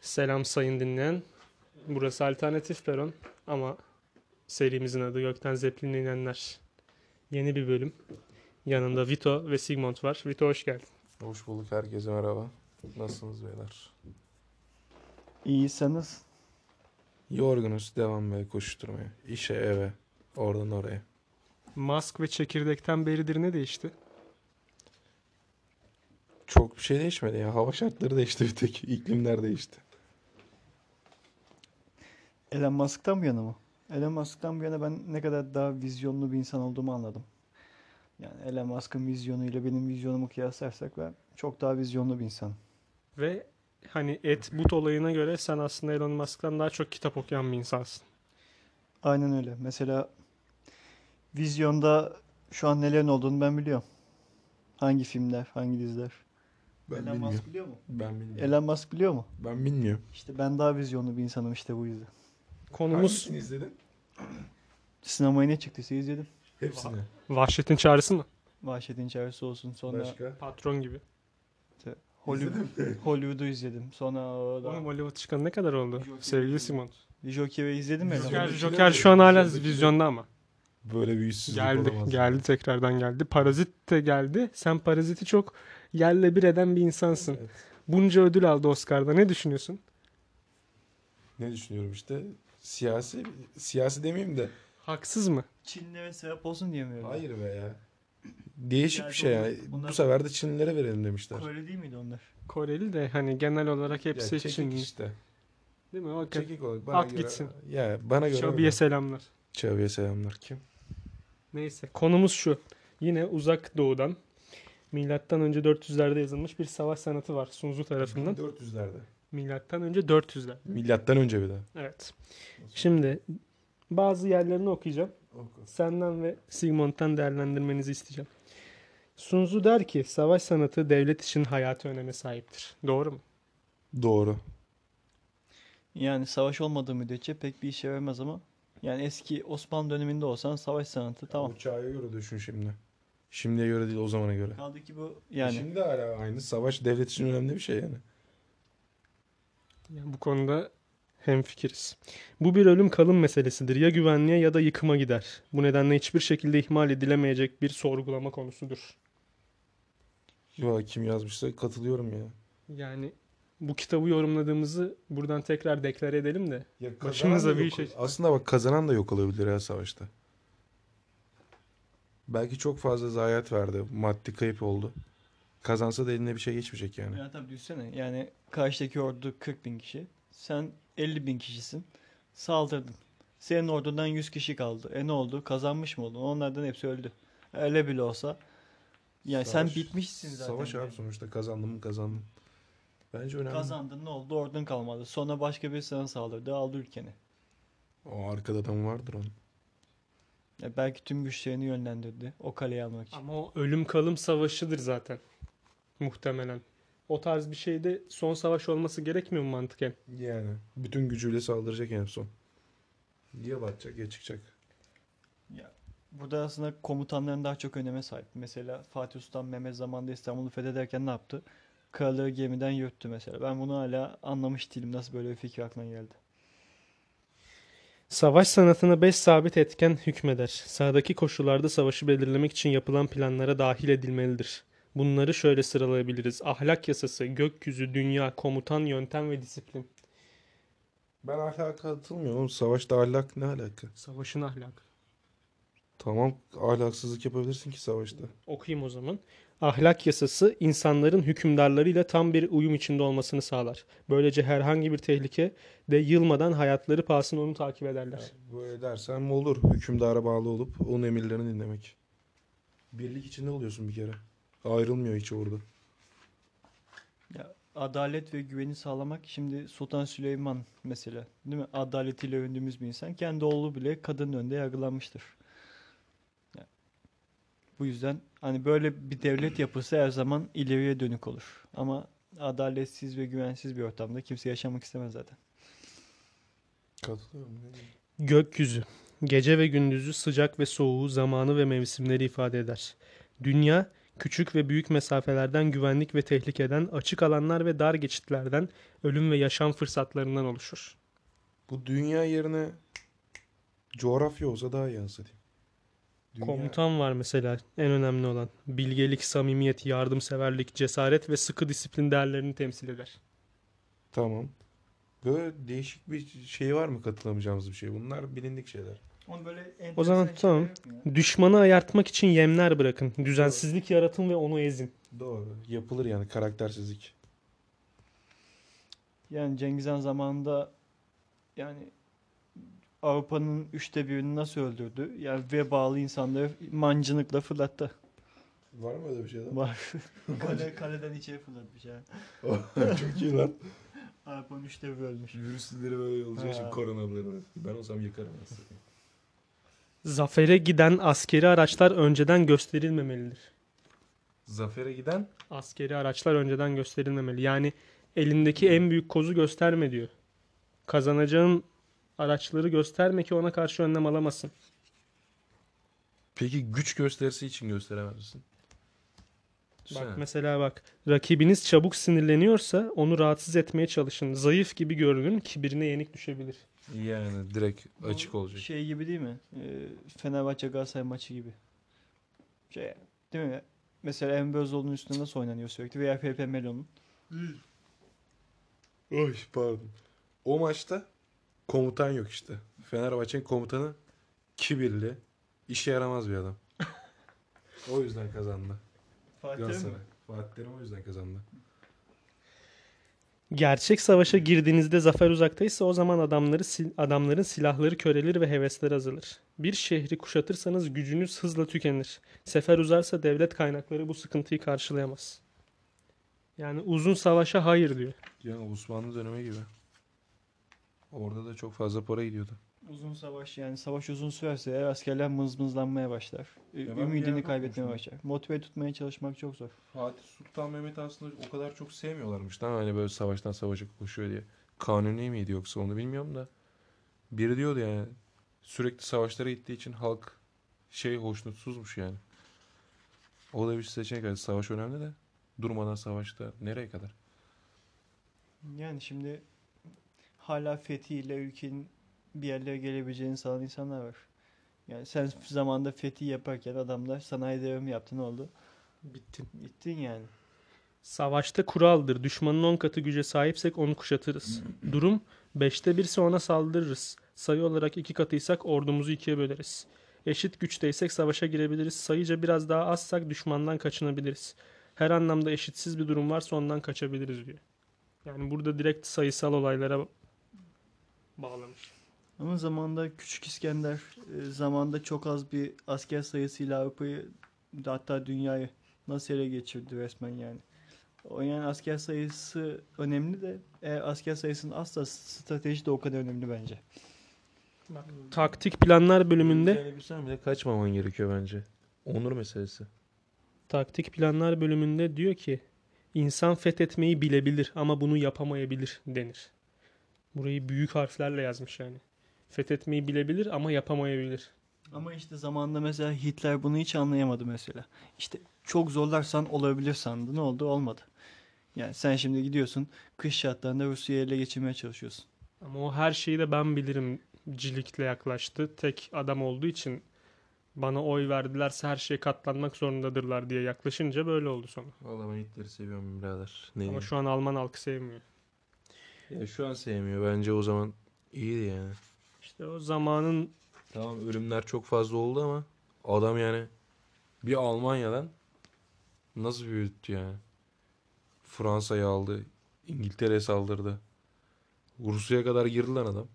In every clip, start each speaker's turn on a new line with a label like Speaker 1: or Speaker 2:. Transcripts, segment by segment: Speaker 1: Selam sayın dinleyen. Burası alternatif peron ama serimizin adı Gökten Zeppelin'e inenler. Yeni bir bölüm. Yanımda Vito ve Sigmund var. Vito hoş geldin.
Speaker 2: Hoş bulduk herkese merhaba. Nasılsınız beyler?
Speaker 3: İyiyseniz
Speaker 2: Yorgunuz devam ve koşuşturmaya. İşe eve. Oradan oraya.
Speaker 1: Mask ve çekirdekten beridir ne değişti?
Speaker 2: Çok bir şey değişmedi ya. Hava şartları değişti bir tek. İklimler değişti.
Speaker 3: Elon Musk'tan bu yana mı? Elon Musk'tan bu yana ben ne kadar daha vizyonlu bir insan olduğumu anladım. Yani Elon Musk'ın vizyonuyla benim vizyonumu kıyaslarsak ben çok daha vizyonlu bir insanım.
Speaker 1: Ve hani et but olayına göre sen aslında Elon Musk'tan daha çok kitap okuyan bir insansın.
Speaker 3: Aynen öyle. Mesela vizyonda şu an nelerin olduğunu ben biliyorum. Hangi filmler, hangi diziler.
Speaker 2: Ben
Speaker 3: Elon
Speaker 2: bilmiyorum.
Speaker 3: Musk biliyor mu?
Speaker 2: Ben bilmiyorum.
Speaker 3: Elon Musk biliyor mu?
Speaker 2: Ben bilmiyorum.
Speaker 3: İşte ben daha vizyonlu bir insanım işte bu yüzden.
Speaker 1: Konumuz
Speaker 2: izledin?
Speaker 3: Sinemaya ne çıktıysa izledim.
Speaker 2: Hepsini.
Speaker 1: Vahşetin Çağrısı mı?
Speaker 3: Vahşetin Çaresi olsun. Sonra
Speaker 2: Başka?
Speaker 1: Patron gibi.
Speaker 3: Hollywood, Hollywood'u izledim. Sonra o da-
Speaker 1: Oğlum Hollywood çıkalı ne kadar oldu?
Speaker 3: Joker.
Speaker 1: Sevgili Sigmund.
Speaker 3: Joker'i izledim mi? Elon
Speaker 1: Joker,
Speaker 3: Musk'ı?
Speaker 1: Joker şu an hala vizyonda ama.
Speaker 2: Böyle bir yüzsüzlük
Speaker 1: Geldi,
Speaker 2: olamaz.
Speaker 1: geldi tekrardan geldi. Parazit de geldi. Sen Parazit'i çok yerle bir eden bir insansın.
Speaker 2: Evet.
Speaker 1: Bunca ödül aldı Oscar'da. Ne düşünüyorsun?
Speaker 2: Ne düşünüyorum işte? Siyasi, siyasi demeyeyim de.
Speaker 1: Haksız mı?
Speaker 3: Çinlere sebep olsun diye mi öyle?
Speaker 2: Hayır be ya. Değişik bir
Speaker 3: Siyasi
Speaker 2: şey ya.
Speaker 3: olmaz. Bunlar-
Speaker 2: Bu sefer de Çinlilere verelim demişler.
Speaker 3: Kore değil miydi onlar?
Speaker 1: Koreli de hani genel olarak
Speaker 2: Ya
Speaker 1: hepsi
Speaker 2: çekik
Speaker 1: Çinli.
Speaker 2: işte.
Speaker 1: Değil mi? O
Speaker 2: Çekik olarak.
Speaker 1: At gitsin.
Speaker 2: Ya bana göre.
Speaker 1: Şabiye
Speaker 2: öyle.
Speaker 1: selamlar.
Speaker 2: Çabiye selamlar. Kim?
Speaker 1: Neyse konumuz şu. Yine uzak doğudan milattan önce 400'lerde yazılmış bir savaş sanatı var Sun Tzu tarafından.
Speaker 2: 400'lerde.
Speaker 1: Milattan önce 400'ler.
Speaker 2: Milattan önce bir daha.
Speaker 1: Evet. Şimdi bazı yerlerini okuyacağım. Senden ve Sigmund'dan değerlendirmenizi isteyeceğim. Sun Tzu der ki savaş sanatı devlet için hayatı öneme sahiptir. Doğru mu?
Speaker 2: Doğru.
Speaker 3: Yani savaş olmadığı müddetçe pek bir işe yaramaz ama yani eski Osmanlı döneminde olsan savaş sanatı tamam.
Speaker 2: Uçağa göre düşün şimdi. Şimdiye göre değil o zamana göre.
Speaker 3: Kaldı ki bu yani
Speaker 2: Şimdi hala aynı. Savaş devlet için önemli bir şey yani.
Speaker 1: Yani bu konuda hemfikiriz. Bu bir ölüm kalım meselesidir. Ya güvenliğe ya da yıkıma gider. Bu nedenle hiçbir şekilde ihmal edilemeyecek bir sorgulama konusudur.
Speaker 2: Ya kim yazmışsa katılıyorum ya.
Speaker 1: Yani bu kitabı yorumladığımızı buradan tekrar deklare edelim de.
Speaker 2: ya
Speaker 1: Başımıza bir şey-
Speaker 2: Aslında bak kazanan da yok olabilir ya savaşta. Belki çok fazla zayiat verdi. Maddi kayıp oldu. Kazansa da eline bir şey geçmeyecek yani.
Speaker 3: ya tabii düşünsene yani karşıdaki ordu 40 bin kişi. Sen 50 bin kişisin. Saldırdın. Senin ordundan 100 kişi kaldı. E ne oldu? Kazanmış mı oldun? Onlardan hepsi öldü. Öyle bile olsa yani
Speaker 2: Savaş-
Speaker 3: sen bitmişsin zaten.
Speaker 2: Savaş
Speaker 3: yani.
Speaker 2: abi sonuçta kazandım mı kazandım. Bence önemli.
Speaker 3: Kazandın ne oldu? Ordun kalmadı. Sonra başka bir sana saldırdı. Aldı ülkeni.
Speaker 2: O arkada adam vardır onun.
Speaker 3: Ya E, belki tüm güçlerini yönlendirdi o kaleyi almak için.
Speaker 1: Ama o ölüm kalım savaşıdır zaten. Muhtemelen. O tarz bir şeyde son savaş olması gerekmiyor mu mantıken?
Speaker 2: Yani. Bütün gücüyle saldıracak en son. Ya batacak ya çıkacak.
Speaker 3: Burada aslında komutanların daha çok öneme sahip. Mesela Fatih Sultan Mehmet zamanında İstanbul'u fethederken ne yaptı? Kralları gemiden yürüttü mesela. Ben bunu hala anlamış değilim. Nasıl böyle bir fikir aklına geldi?
Speaker 1: Savaş sanatına 5 sabit etken hükmeder. Sahadaki koşullarda savaşı belirlemek için yapılan planlara dahil edilmelidir. Bunları şöyle sıralayabiliriz. Ahlak yasası, gökyüzü, dünya, komutan, yöntem ve disiplin.
Speaker 2: Ben ahlaka katılmıyorum. oğlum. Savaşta ahlak ne alaka?
Speaker 1: Savaşın ahlakı.
Speaker 2: Tamam ahlaksızlık yapabilirsin ki savaşta.
Speaker 1: Okuyayım o zaman. Ahlak yasası insanların hükümdarlarıyla tam bir uyum içinde olmasını sağlar. Böylece herhangi bir tehlike de yılmadan hayatları pahasına onu takip ederler.
Speaker 2: Böyle dersen olur. Hükümdara bağlı olup onun emirlerini dinlemek. Birlik içinde oluyorsun bir kere. Ayrılmıyor hiç orada.
Speaker 3: Ya adalet ve güveni sağlamak şimdi Sultan Süleyman mesela değil mi? Adaletiyle övündüğümüz bir insan. Kendi oğlu bile kadının önünde yargılanmıştır. Ya, Bu yüzden hani böyle bir devlet yapısı her zaman ileriye dönük olur. Ama adaletsiz ve güvensiz bir ortamda kimse yaşamak istemez zaten.
Speaker 2: Katılıyorum.
Speaker 1: Gökyüzü. Gece ve gündüzü sıcak ve soğuğu, zamanı ve mevsimleri ifade eder. Dünya, küçük ve büyük mesafelerden güvenlik ve tehlikeden, açık alanlar ve dar geçitlerden, ölüm ve yaşam fırsatlarından oluşur.
Speaker 2: Bu dünya yerine coğrafya olsa daha iyi anlatayım.
Speaker 1: Komutan var mesela en önemli olan. Bilgelik, samimiyet, yardımseverlik, cesaret ve sıkı disiplin değerlerini temsil eder.
Speaker 2: Tamam. Böyle değişik bir şey var mı katılamayacağımız bir şey? Bunlar bilindik şeyler.
Speaker 3: Onun böyle
Speaker 1: O zaman
Speaker 3: enteresan
Speaker 1: tamam.
Speaker 3: şeyler yok mu ya?
Speaker 1: Düşmanı ayartmak için yemler bırakın. Düzensizlik yaratın ve onu ezin.
Speaker 2: Doğru. Yapılır yani karaktersizlik.
Speaker 3: Yani Cengiz Han zamanında yani Avrupa'nın üçte birini nasıl öldürdü? Yani vebalı insanları mancınıkla fırlattı.
Speaker 2: Var mı öyle bir şey lan?
Speaker 3: Var. Kale, kaleden içeri fırlatmış yani.
Speaker 2: Çok iyi lan.
Speaker 3: Avrupa'nın üçte biri ölmüş.
Speaker 2: Virüsleri böyle olacağı için
Speaker 3: Ha.
Speaker 2: koronaları. Ben olsam yıkarım aslında.
Speaker 1: Zafere giden askeri araçlar önceden gösterilmemelidir.
Speaker 2: Zafer'e giden
Speaker 1: Askeri araçlar önceden gösterilmemeli. Yani elindeki en büyük kozu gösterme diyor. Kazanacağın araçları gösterme ki ona karşı önlem alamasın.
Speaker 2: Peki güç gösterisi için gösteremez misin? Düşünsene.
Speaker 1: Bak mesela bak rakibiniz çabuk sinirleniyorsa onu rahatsız etmeye çalışın. Zayıf gibi görünün kibirine yenik düşebilir.
Speaker 2: Yani direkt
Speaker 3: Bu
Speaker 2: açık olacak.
Speaker 3: Şey gibi değil mi? Ee, Fenerbahçe Galatasaray maçı gibi. Şey değil mi? Mesela Emre Özoğlu'nun üstünde nasıl oynanıyor sürekli veya PP Melo'nun.
Speaker 2: Oy pardon. O maçta komutan yok işte. Fenerbahçe'nin komutanı kibirli, işe yaramaz bir adam. o yüzden kazandı.
Speaker 3: Fatih mi?
Speaker 2: Galatasaray. Fatih Terim o yüzden kazandı.
Speaker 1: Gerçek savaşa girdiğinizde zafer uzaktaysa o zaman adamları sil- adamların silahları körelir ve hevesleri azalır. Bir şehri kuşatırsanız gücünüz hızla tükenir. Sefer uzarsa devlet kaynakları bu sıkıntıyı karşılayamaz. Yani uzun savaşa hayır diyor.
Speaker 2: Yani Osmanlı dönemi gibi. Orada da çok fazla para gidiyordu.
Speaker 3: Uzun savaş yani savaş uzun sürerse eğer askerler mızmızlanmaya başlar. Ü-
Speaker 2: Ya ben bir
Speaker 3: Ümidini
Speaker 2: yerde
Speaker 3: kaybetmeye
Speaker 2: okumuştum.
Speaker 3: başlar. Motive tutmaya çalışmak çok zor.
Speaker 2: Fatih Sultan Mehmet aslında o kadar çok sevmiyorlarmış lan hani böyle savaştan savaşa koşuyor diye. Kanuni miydi yoksa onu bilmiyorum da. Biri diyordu yani sürekli savaşlara gittiği için halk şey hoşnutsuzmuş yani. O da bir seçenek. Yani Savaş önemli de durmadan savaşta nereye kadar?
Speaker 3: Yani şimdi hala fethiyle ülkenin bir yerlere gelebileceğini sanan insanlar var. Yani sen zamanında fetih yaparken adamlar sanayi devrimi yaptı ne oldu?
Speaker 1: Bitti.
Speaker 3: Gittin yani.
Speaker 1: Savaşta kuraldır. Düşmanın 10 katı güce sahipsek onu kuşatırız. Durum 5'te 1 ise ona saldırırız. Sayı olarak 2 katıysak ordumuzu ikiye böleriz. Eşit güçteysek savaşa girebiliriz. Sayıca biraz daha azsak düşmandan kaçınabiliriz. Her anlamda eşitsiz bir durum varsa ondan kaçabiliriz diyor. Yani burada direkt sayısal olaylara bağlamış.
Speaker 3: Ama zamanda Küçük İskender e, zamanda çok az bir asker sayısıyla Avrupa'yı hatta dünyayı nasıl ele geçirdi resmen yani. O yani asker sayısı önemli de eğer asker sayısının az da strateji de o kadar önemli bence.
Speaker 1: Taktik planlar bölümünde
Speaker 2: Sen bile kaçmaman gerekiyor bence. Onur meselesi.
Speaker 1: Taktik planlar bölümünde diyor ki insan fethetmeyi bilebilir ama bunu yapamayabilir denir. Burayı büyük harflerle yazmış yani. Fethetmeyi bilebilir ama yapamayabilir.
Speaker 3: Ama işte zamanında mesela Hitler bunu hiç anlayamadı mesela. İşte çok zorlarsan olabilir sandı. Ne oldu? Olmadı. Yani sen şimdi gidiyorsun kış şartlarında Rusya'yı ele geçirmeye çalışıyorsun.
Speaker 1: Ama o her şeyi de ben bilirim cilikle yaklaştı. Tek adam olduğu için bana oy verdilerse her şeye katlanmak zorundadırlar diye yaklaşınca böyle oldu sonra.
Speaker 2: Vallahi ben Hitler'i seviyorum birader. Ne
Speaker 1: Ama
Speaker 2: diyeyim.
Speaker 1: şu an Alman halkı sevmiyor.
Speaker 2: Ya şu an sevmiyor. Bence o zaman iyiydi yani.
Speaker 1: İşte o zamanın
Speaker 2: Tamam ölümler çok fazla oldu ama adam yani bir Almanya'dan nasıl büyüttü yani? Fransa'yı aldı, İngiltere'ye saldırdı. Rusya'ya kadar girdi lan adam.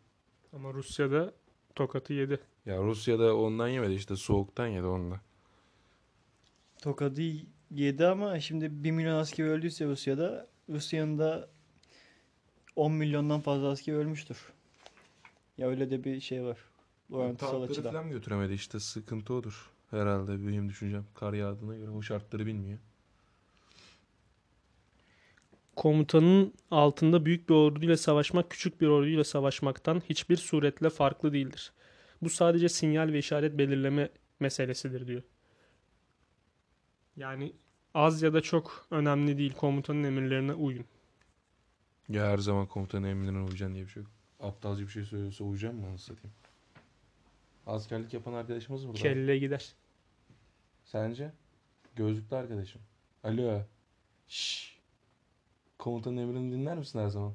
Speaker 1: ama Rusya'da tokatı yedi.
Speaker 2: Ya Rusya'da ondan yemedi işte soğuktan yedi onda.
Speaker 3: Tokadı yedi ama şimdi 1 milyon asker öldüyse Rusya'da Rusya'nın da 10 milyondan fazla asker ölmüştür. Ya öyle de bir şey var. Orantısal
Speaker 2: Tankları
Speaker 3: açıdan.
Speaker 2: falan götüremedi işte sıkıntı odur. Herhalde benim düşüncem kar yağdığına göre o şartları bilmiyor.
Speaker 1: komutanın altında büyük bir orduyla savaşmak küçük bir orduyla savaşmaktan hiçbir suretle farklı değildir. Bu sadece sinyal ve işaret belirleme meselesidir diyor. Yani Az ya da çok önemli değil komutanın emirlerine uyun.
Speaker 2: Ya her zaman komutanın emrine uyacaksın diye bir şey yok. Aptalca bir şey söylüyorsa uyacağım mı anasını satayım? Askerlik yapan arkadaşımız burada.
Speaker 1: Kelle gider.
Speaker 2: Sence? Gözlüklü arkadaşım. Alo. Şşş. Komutanın emrini dinler misin her zaman?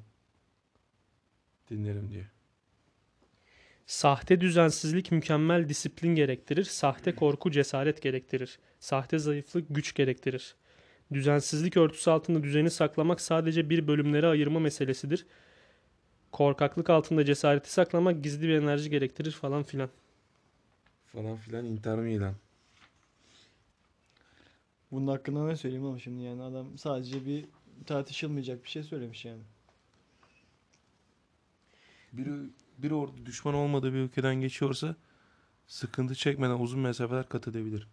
Speaker 2: Dinlerim diye.
Speaker 1: Sahte düzensizlik mükemmel disiplin gerektirir, sahte korku cesaret gerektirir, sahte zayıflık güç gerektirir. Düzensizlik örtüsü altında düzeni saklamak sadece bir bölümlere ayırma meselesidir. Korkaklık altında cesareti saklamak gizli bir enerji gerektirir falan filan.
Speaker 2: Falan filan intihar mı ilan?
Speaker 3: Bunun hakkında ne söyleyeyim oğlum şimdi yani adam sadece bir tartışılmayacak bir şey söylemiş yani.
Speaker 2: Biri, biri orada düşman olmadığı bir ülkeden geçiyorsa sıkıntı çekmeden uzun mesafeler kat edebilir.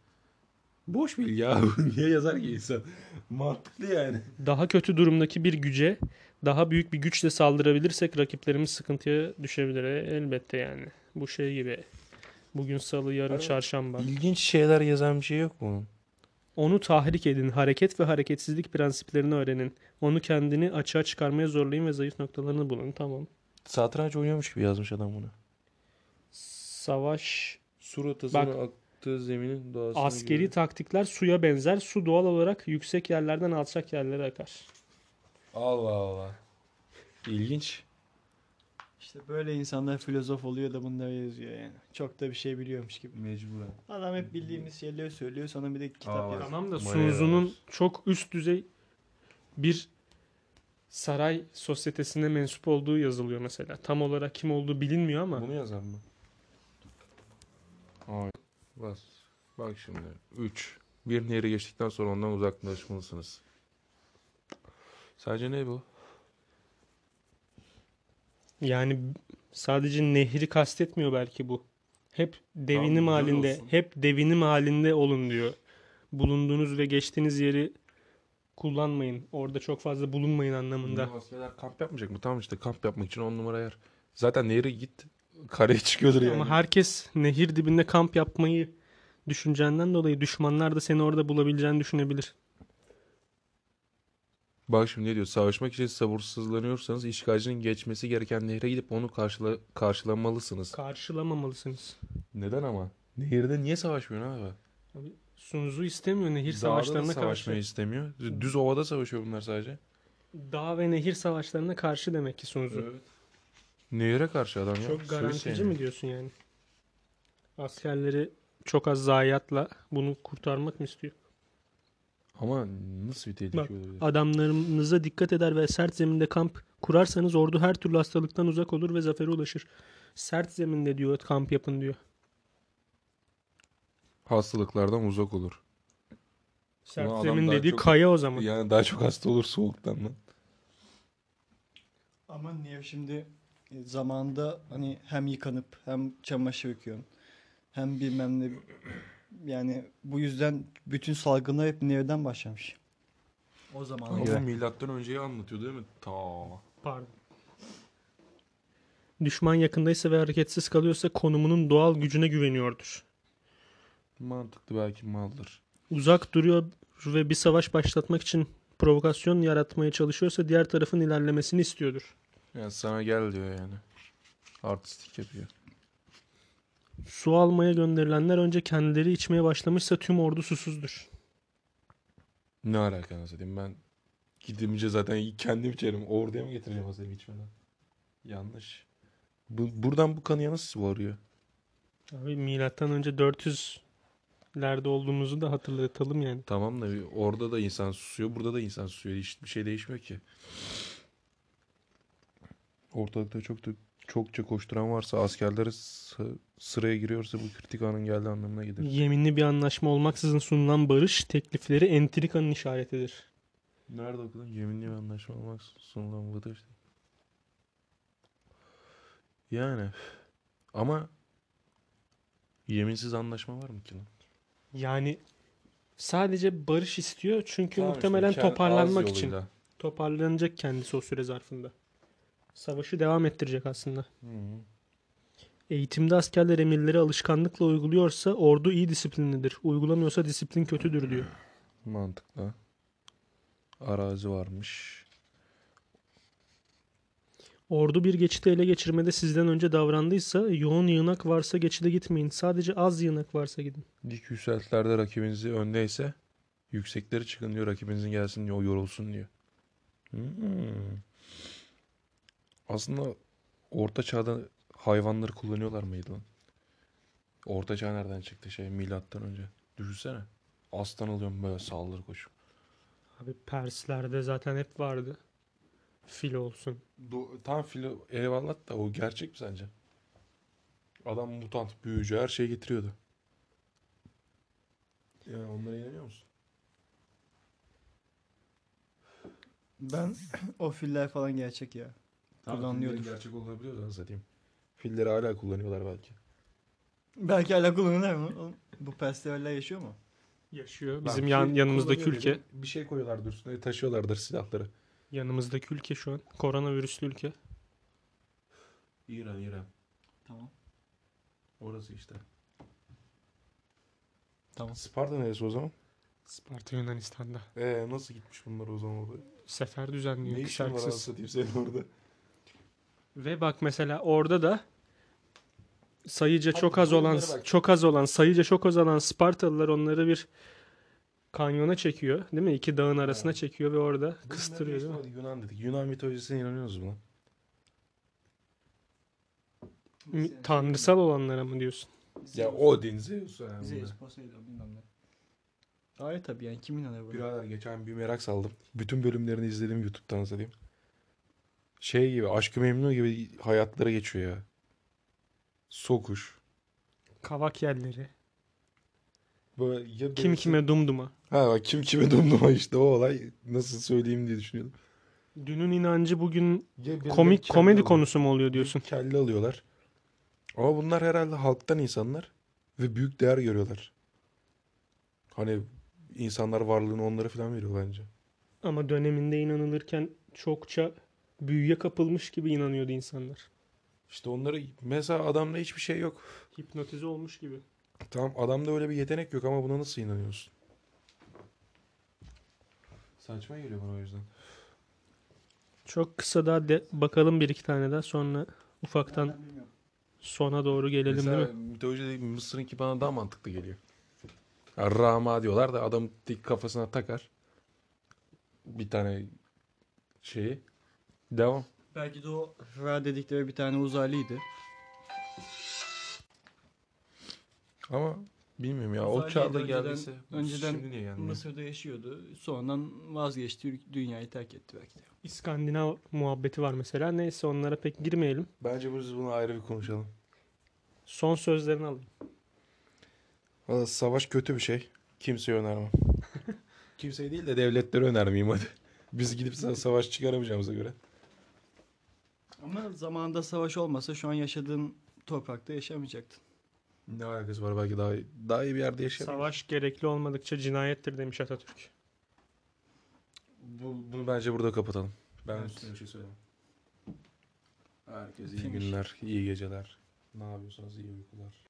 Speaker 2: Boş bilgi ya. Niye yazar ki insan? Mantıklı yani.
Speaker 1: Daha kötü durumdaki bir güce daha büyük bir güçle saldırabilirsek rakiplerimiz sıkıntıya düşebilir E, elbette yani. Bu şey gibi. Bugün salı, yarın
Speaker 2: Ama-
Speaker 1: çarşamba.
Speaker 2: İlginç şeyler yazan bir şey yok mu? bunun?
Speaker 1: Onu tahrik edin. Hareket ve hareketsizlik prensiplerini öğrenin. Onu kendini açığa çıkarmaya zorlayın ve zayıf noktalarını bulun. Tamam.
Speaker 2: Satranç oynuyormuş gibi yazmış adam bunu.
Speaker 1: Savaş.
Speaker 2: Suratına
Speaker 1: Bak.
Speaker 2: aktığı zeminin doğasına
Speaker 1: Askeri taktikler suya benzer. Su doğal olarak yüksek yerlerden alçak yerlere akar.
Speaker 2: Allah Allah. İlginç.
Speaker 3: İşte böyle insanlar filozof oluyor da bunları yazıyor yani. Çok da bir şey biliyormuş gibi.
Speaker 2: Mecburen.
Speaker 3: Adam hep bildiğimiz şeyleri söylüyor sonra bir de kitap
Speaker 2: Aa,
Speaker 3: yazıyor.
Speaker 1: Tamam da
Speaker 2: Bayağı
Speaker 1: Sun Tzu'nun
Speaker 2: var.
Speaker 1: çok üst düzey bir saray sosyetesine mensup olduğu yazılıyor mesela. Tam olarak kim olduğu bilinmiyor ama
Speaker 2: Bunu yazan mı? Hayır. Bas. Bak şimdi. 3. Bir nehri geçtikten sonra ondan uzaklaşmalısınız. Sadece ne bu?
Speaker 1: yani sadece nehri kastetmiyor belki bu. Hep devinim
Speaker 2: Tamam, göz
Speaker 1: halinde,
Speaker 2: olsun.
Speaker 1: hep devinim halinde olun diyor. Bulunduğunuz ve geçtiğiniz yeri kullanmayın. Orada çok fazla bulunmayın anlamında.
Speaker 2: Bu askerler kamp yapmayacak mı? Tamam işte kamp yapmak için on numara yer. Zaten nehre git kareye çıkıyordur yani.
Speaker 1: Ama herkes nehir dibinde kamp yapmayı düşüneceğinden dolayı düşmanlar da seni orada bulabileceğini düşünebilir.
Speaker 2: Bak şimdi ne diyor? Savaşmak için sabırsızlanıyorsanız işgalcinin geçmesi gereken nehre gidip onu karşıla karşılamalısınız.
Speaker 1: Karşılamamalısınız.
Speaker 2: Neden ama? Nehirde niye savaşmıyorsun abi?
Speaker 1: Sunzu istemiyor nehir
Speaker 2: Dağda da
Speaker 1: savaşlarına
Speaker 2: savaşmayı
Speaker 1: karşı.
Speaker 2: istemiyor. Düz ovada savaşıyor bunlar sadece.
Speaker 1: Dağ ve nehir savaşlarına karşı demek ki Sunzu.
Speaker 2: Nehire karşı adam ya.
Speaker 1: Çok
Speaker 2: Söz
Speaker 1: garantici
Speaker 2: yani.
Speaker 1: mi diyorsun yani? Askerleri çok az zayiatla bunu kurtarmak mı istiyor?
Speaker 2: Ama nasıl bir tehlike
Speaker 1: Bak,
Speaker 2: olabilir?
Speaker 1: Adamlarınıza dikkat eder ve sert zeminde kamp kurarsanız ordu her türlü hastalıktan uzak olur ve zafere ulaşır. Sert zeminde diyor kamp yapın diyor.
Speaker 2: Hastalıklardan uzak olur.
Speaker 1: Sert
Speaker 2: Ulan adam
Speaker 1: zemin
Speaker 2: daha
Speaker 1: dediği
Speaker 2: çok-
Speaker 1: kaya o zaman.
Speaker 2: Yani daha çok hasta olur soğuktan lan.
Speaker 3: Ama niye şimdi e, zamanda hani hem yıkanıp hem çamaşır yıkıyorsun. Hem bilmem ne yani bu yüzden bütün salgınlar hep nereden başlamış? O zaman.
Speaker 2: Ama bu milattan önceyi anlatıyor değil mi? Ta.
Speaker 1: Pardon. Düşman yakındaysa ve hareketsiz kalıyorsa konumunun doğal gücüne güveniyordur.
Speaker 2: Mantıklı belki maldır.
Speaker 1: uzak duruyor ve bir savaş başlatmak için provokasyon yaratmaya çalışıyorsa diğer tarafın ilerlemesini istiyordur.
Speaker 2: Yani sana gel diyor yani. Artistik yapıyor.
Speaker 1: Su almaya gönderilenler önce kendileri içmeye başlamışsa tüm ordu susuzdur.
Speaker 2: Ne alaka anasını satayım ben gidince zaten kendim içerim. Orduya mı getireceğim hastayı içmeden? Yanlış. Bu, buradan bu kanıya nasıl varıyor?
Speaker 1: Abi milattan önce 400'lerde olduğumuzu da hatırlatalım yani.
Speaker 2: Tamam da bir- orada da insan susuyor, burada da insan susuyor. Hiçbir şey değişmiyor ki. Ortalıkta çok da, çokça koşturan varsa, askerleri sı- sıraya giriyorsa bu kritik anın geldiği anlamına gelir.
Speaker 1: Yeminli bir anlaşma olmaksızın sunulan barış teklifleri entrikanın işaretidir.
Speaker 2: Nerede okudun? Yeminli bir anlaşma olmak sunulan bu da işte. Yani ama yeminsiz anlaşma var mı ki lan?
Speaker 1: Yani sadece barış istiyor çünkü muhtemelen toparlanmak için. Toparlanacak kendisi o süre zarfında. Savaşı devam ettirecek aslında. Eğitimde askerler emirleri alışkanlıkla uyguluyorsa ordu iyi disiplinlidir. Uygulamıyorsa disiplin kötüdür diyor.
Speaker 2: Mantıklı. Arazi varmış.
Speaker 1: Ordu bir geçidi ele geçirmede sizden önce davrandıysa yoğun yığınak varsa geçide gitmeyin. Sadece az yığınak varsa gidin.
Speaker 2: Dik yükseltilerde rakibinizi öndeyse yüksekleri çıkın diyor. Rakibinizin gelsin diyor. O yorulsun diyor. Hmm. Aslında orta çağda hayvanları kullanıyorlar mıydı lan? Orta çağ nereden çıktı şey milattan önce? Düşünsene. Aslan alıyorum böyle saldırı koşu.
Speaker 1: Abi Perslerde zaten hep vardı. Fil olsun.
Speaker 2: Do- tam filo eyvallah da o gerçek mi sence? Adam mutant, büyücü her şeyi getiriyordu. Yani onlara inanıyor musun?
Speaker 3: Ben o filler falan gerçek ya.
Speaker 2: Tamam,
Speaker 3: Kullanılıyordur.
Speaker 2: fillerin gerçek olabiliyor da satayım. Filleri hala kullanıyorlar belki.
Speaker 3: Belki hala kullanılır mı? Oğlum, bu festivaller yaşıyor mu?
Speaker 1: Yaşıyor.
Speaker 2: Lan
Speaker 1: Bizim
Speaker 2: fil
Speaker 1: yan, yanımızdaki
Speaker 2: kullanıyor
Speaker 1: ülke.
Speaker 2: dedim, şey Bir şey koyuyorlardır üstüne taşıyorlardır silahları.
Speaker 1: Yanımızdaki ülke şu an. Koronavirüslü ülke.
Speaker 2: İran, İran.
Speaker 3: Tamam.
Speaker 2: Orası işte.
Speaker 3: Tamam.
Speaker 2: Sparta neresi o zaman?
Speaker 1: Sparta Yunanistan'da.
Speaker 2: Ee, nasıl gitmiş bunlar o zaman orada?
Speaker 1: Sefer düzenliyor.
Speaker 2: Ne işin var
Speaker 1: kuşaksız.
Speaker 2: anasını satayım senin orada?
Speaker 1: Ve bak mesela orada da sayıca
Speaker 2: Abi
Speaker 1: çok az
Speaker 2: bunlara
Speaker 1: olan
Speaker 2: bak.
Speaker 1: çok az olan sayıca çok az olan Spartalılar onları bir kanyona çekiyor değil mi? İki dağın arasına
Speaker 2: Evet.
Speaker 1: çekiyor ve orada
Speaker 2: Bunun
Speaker 1: kıstırıyor
Speaker 2: neredeyse
Speaker 1: değil mi?
Speaker 2: hadi Yunan dedik. Yunan mitolojisine inanıyoruz mu lan?
Speaker 1: Mi- Tanrısal olanlara mı diyorsun?
Speaker 2: Ya Odin, Zeus yani. bunlar.
Speaker 3: Zeus, Poseidon bilmem ne. Hayır tabii yani kimin inanır buna?
Speaker 2: Birader geçen bir merak saldım. Bütün bölümlerini izledim YouTube'dan izledim. Şey gibi Aşk-ı Memnu gibi hayatlara geçiyor ya. Sokuş.
Speaker 1: Kavak yerleri.
Speaker 2: Böyle ya
Speaker 1: Kim
Speaker 2: birisi-
Speaker 1: kime dumduma.
Speaker 2: Ha bak kim kime dumduma işte o olay. Nasıl söyleyeyim diye düşünüyordum.
Speaker 1: Dünün inancı bugün
Speaker 2: Ya birileri
Speaker 1: komik
Speaker 2: kelle
Speaker 1: komedi
Speaker 2: alıyor.
Speaker 1: konusu mu oluyor diyorsun?
Speaker 2: Büyük Kelle alıyorlar. Ama bunlar herhalde halktan insanlar ve büyük değer görüyorlar. Hani insanlar varlığını onlara falan veriyor bence.
Speaker 1: Ama döneminde inanılırken çokça büyüye kapılmış gibi inanıyordu insanlar.
Speaker 2: İşte onları mesela adamda hiçbir şey yok.
Speaker 1: Hipnotize olmuş gibi.
Speaker 2: Tamam adamda öyle bir yetenek yok ama buna nasıl inanıyorsun? Saçma geliyor bana o yüzden.
Speaker 1: Çok kısa daha de, bakalım bir iki tane daha sonra ufaktan
Speaker 3: Ben bilmiyorum.
Speaker 1: sona doğru gelelim değil
Speaker 2: Mesela
Speaker 1: mi?
Speaker 2: mitolojide Mısır'ınki bana daha mantıklı geliyor. Ya, Rama diyorlar da adam dik kafasına takar. Bir tane şeyi. Devam.
Speaker 3: Belki de o Ra dedikleri bir tane uzaylıydı.
Speaker 2: Ama bilmiyorum ya o
Speaker 3: Uzaylıydı,
Speaker 2: çağda
Speaker 3: önceden-
Speaker 2: geldiyse
Speaker 3: önceden
Speaker 2: şimdi niye gelmiyor?
Speaker 3: Mısır'da yaşıyordu. Sonradan vazgeçti. ül- Dünyayı terk etti belki de.
Speaker 1: İskandinav muhabbeti var mesela. Neyse onlara pek girmeyelim.
Speaker 2: Bence biz bunu ayrı bir konuşalım.
Speaker 1: Son sözlerini alayım.
Speaker 2: Valla savaş kötü bir şey. Kimseye önermem. Kimseye değil de devletlere önermeyeyim hadi. Biz gidip sana savaş çıkaramayacağımıza göre.
Speaker 3: Ama zamanında savaş olmasa şu an yaşadığın toprakta yaşamayacaktın.
Speaker 2: Ne alakası var belki daha iyi, daha iyi bir yerde yaşayabilir.
Speaker 1: Savaş gerekli olmadıkça cinayettir demiş Atatürk.
Speaker 2: Bu, bunu bence burada kapatalım. Ben
Speaker 3: Evet.
Speaker 2: üstüne bir şey söylemem. Herkese iyi
Speaker 3: Finish.
Speaker 2: günler, iyi geceler. Ne yapıyorsanız iyi uykular.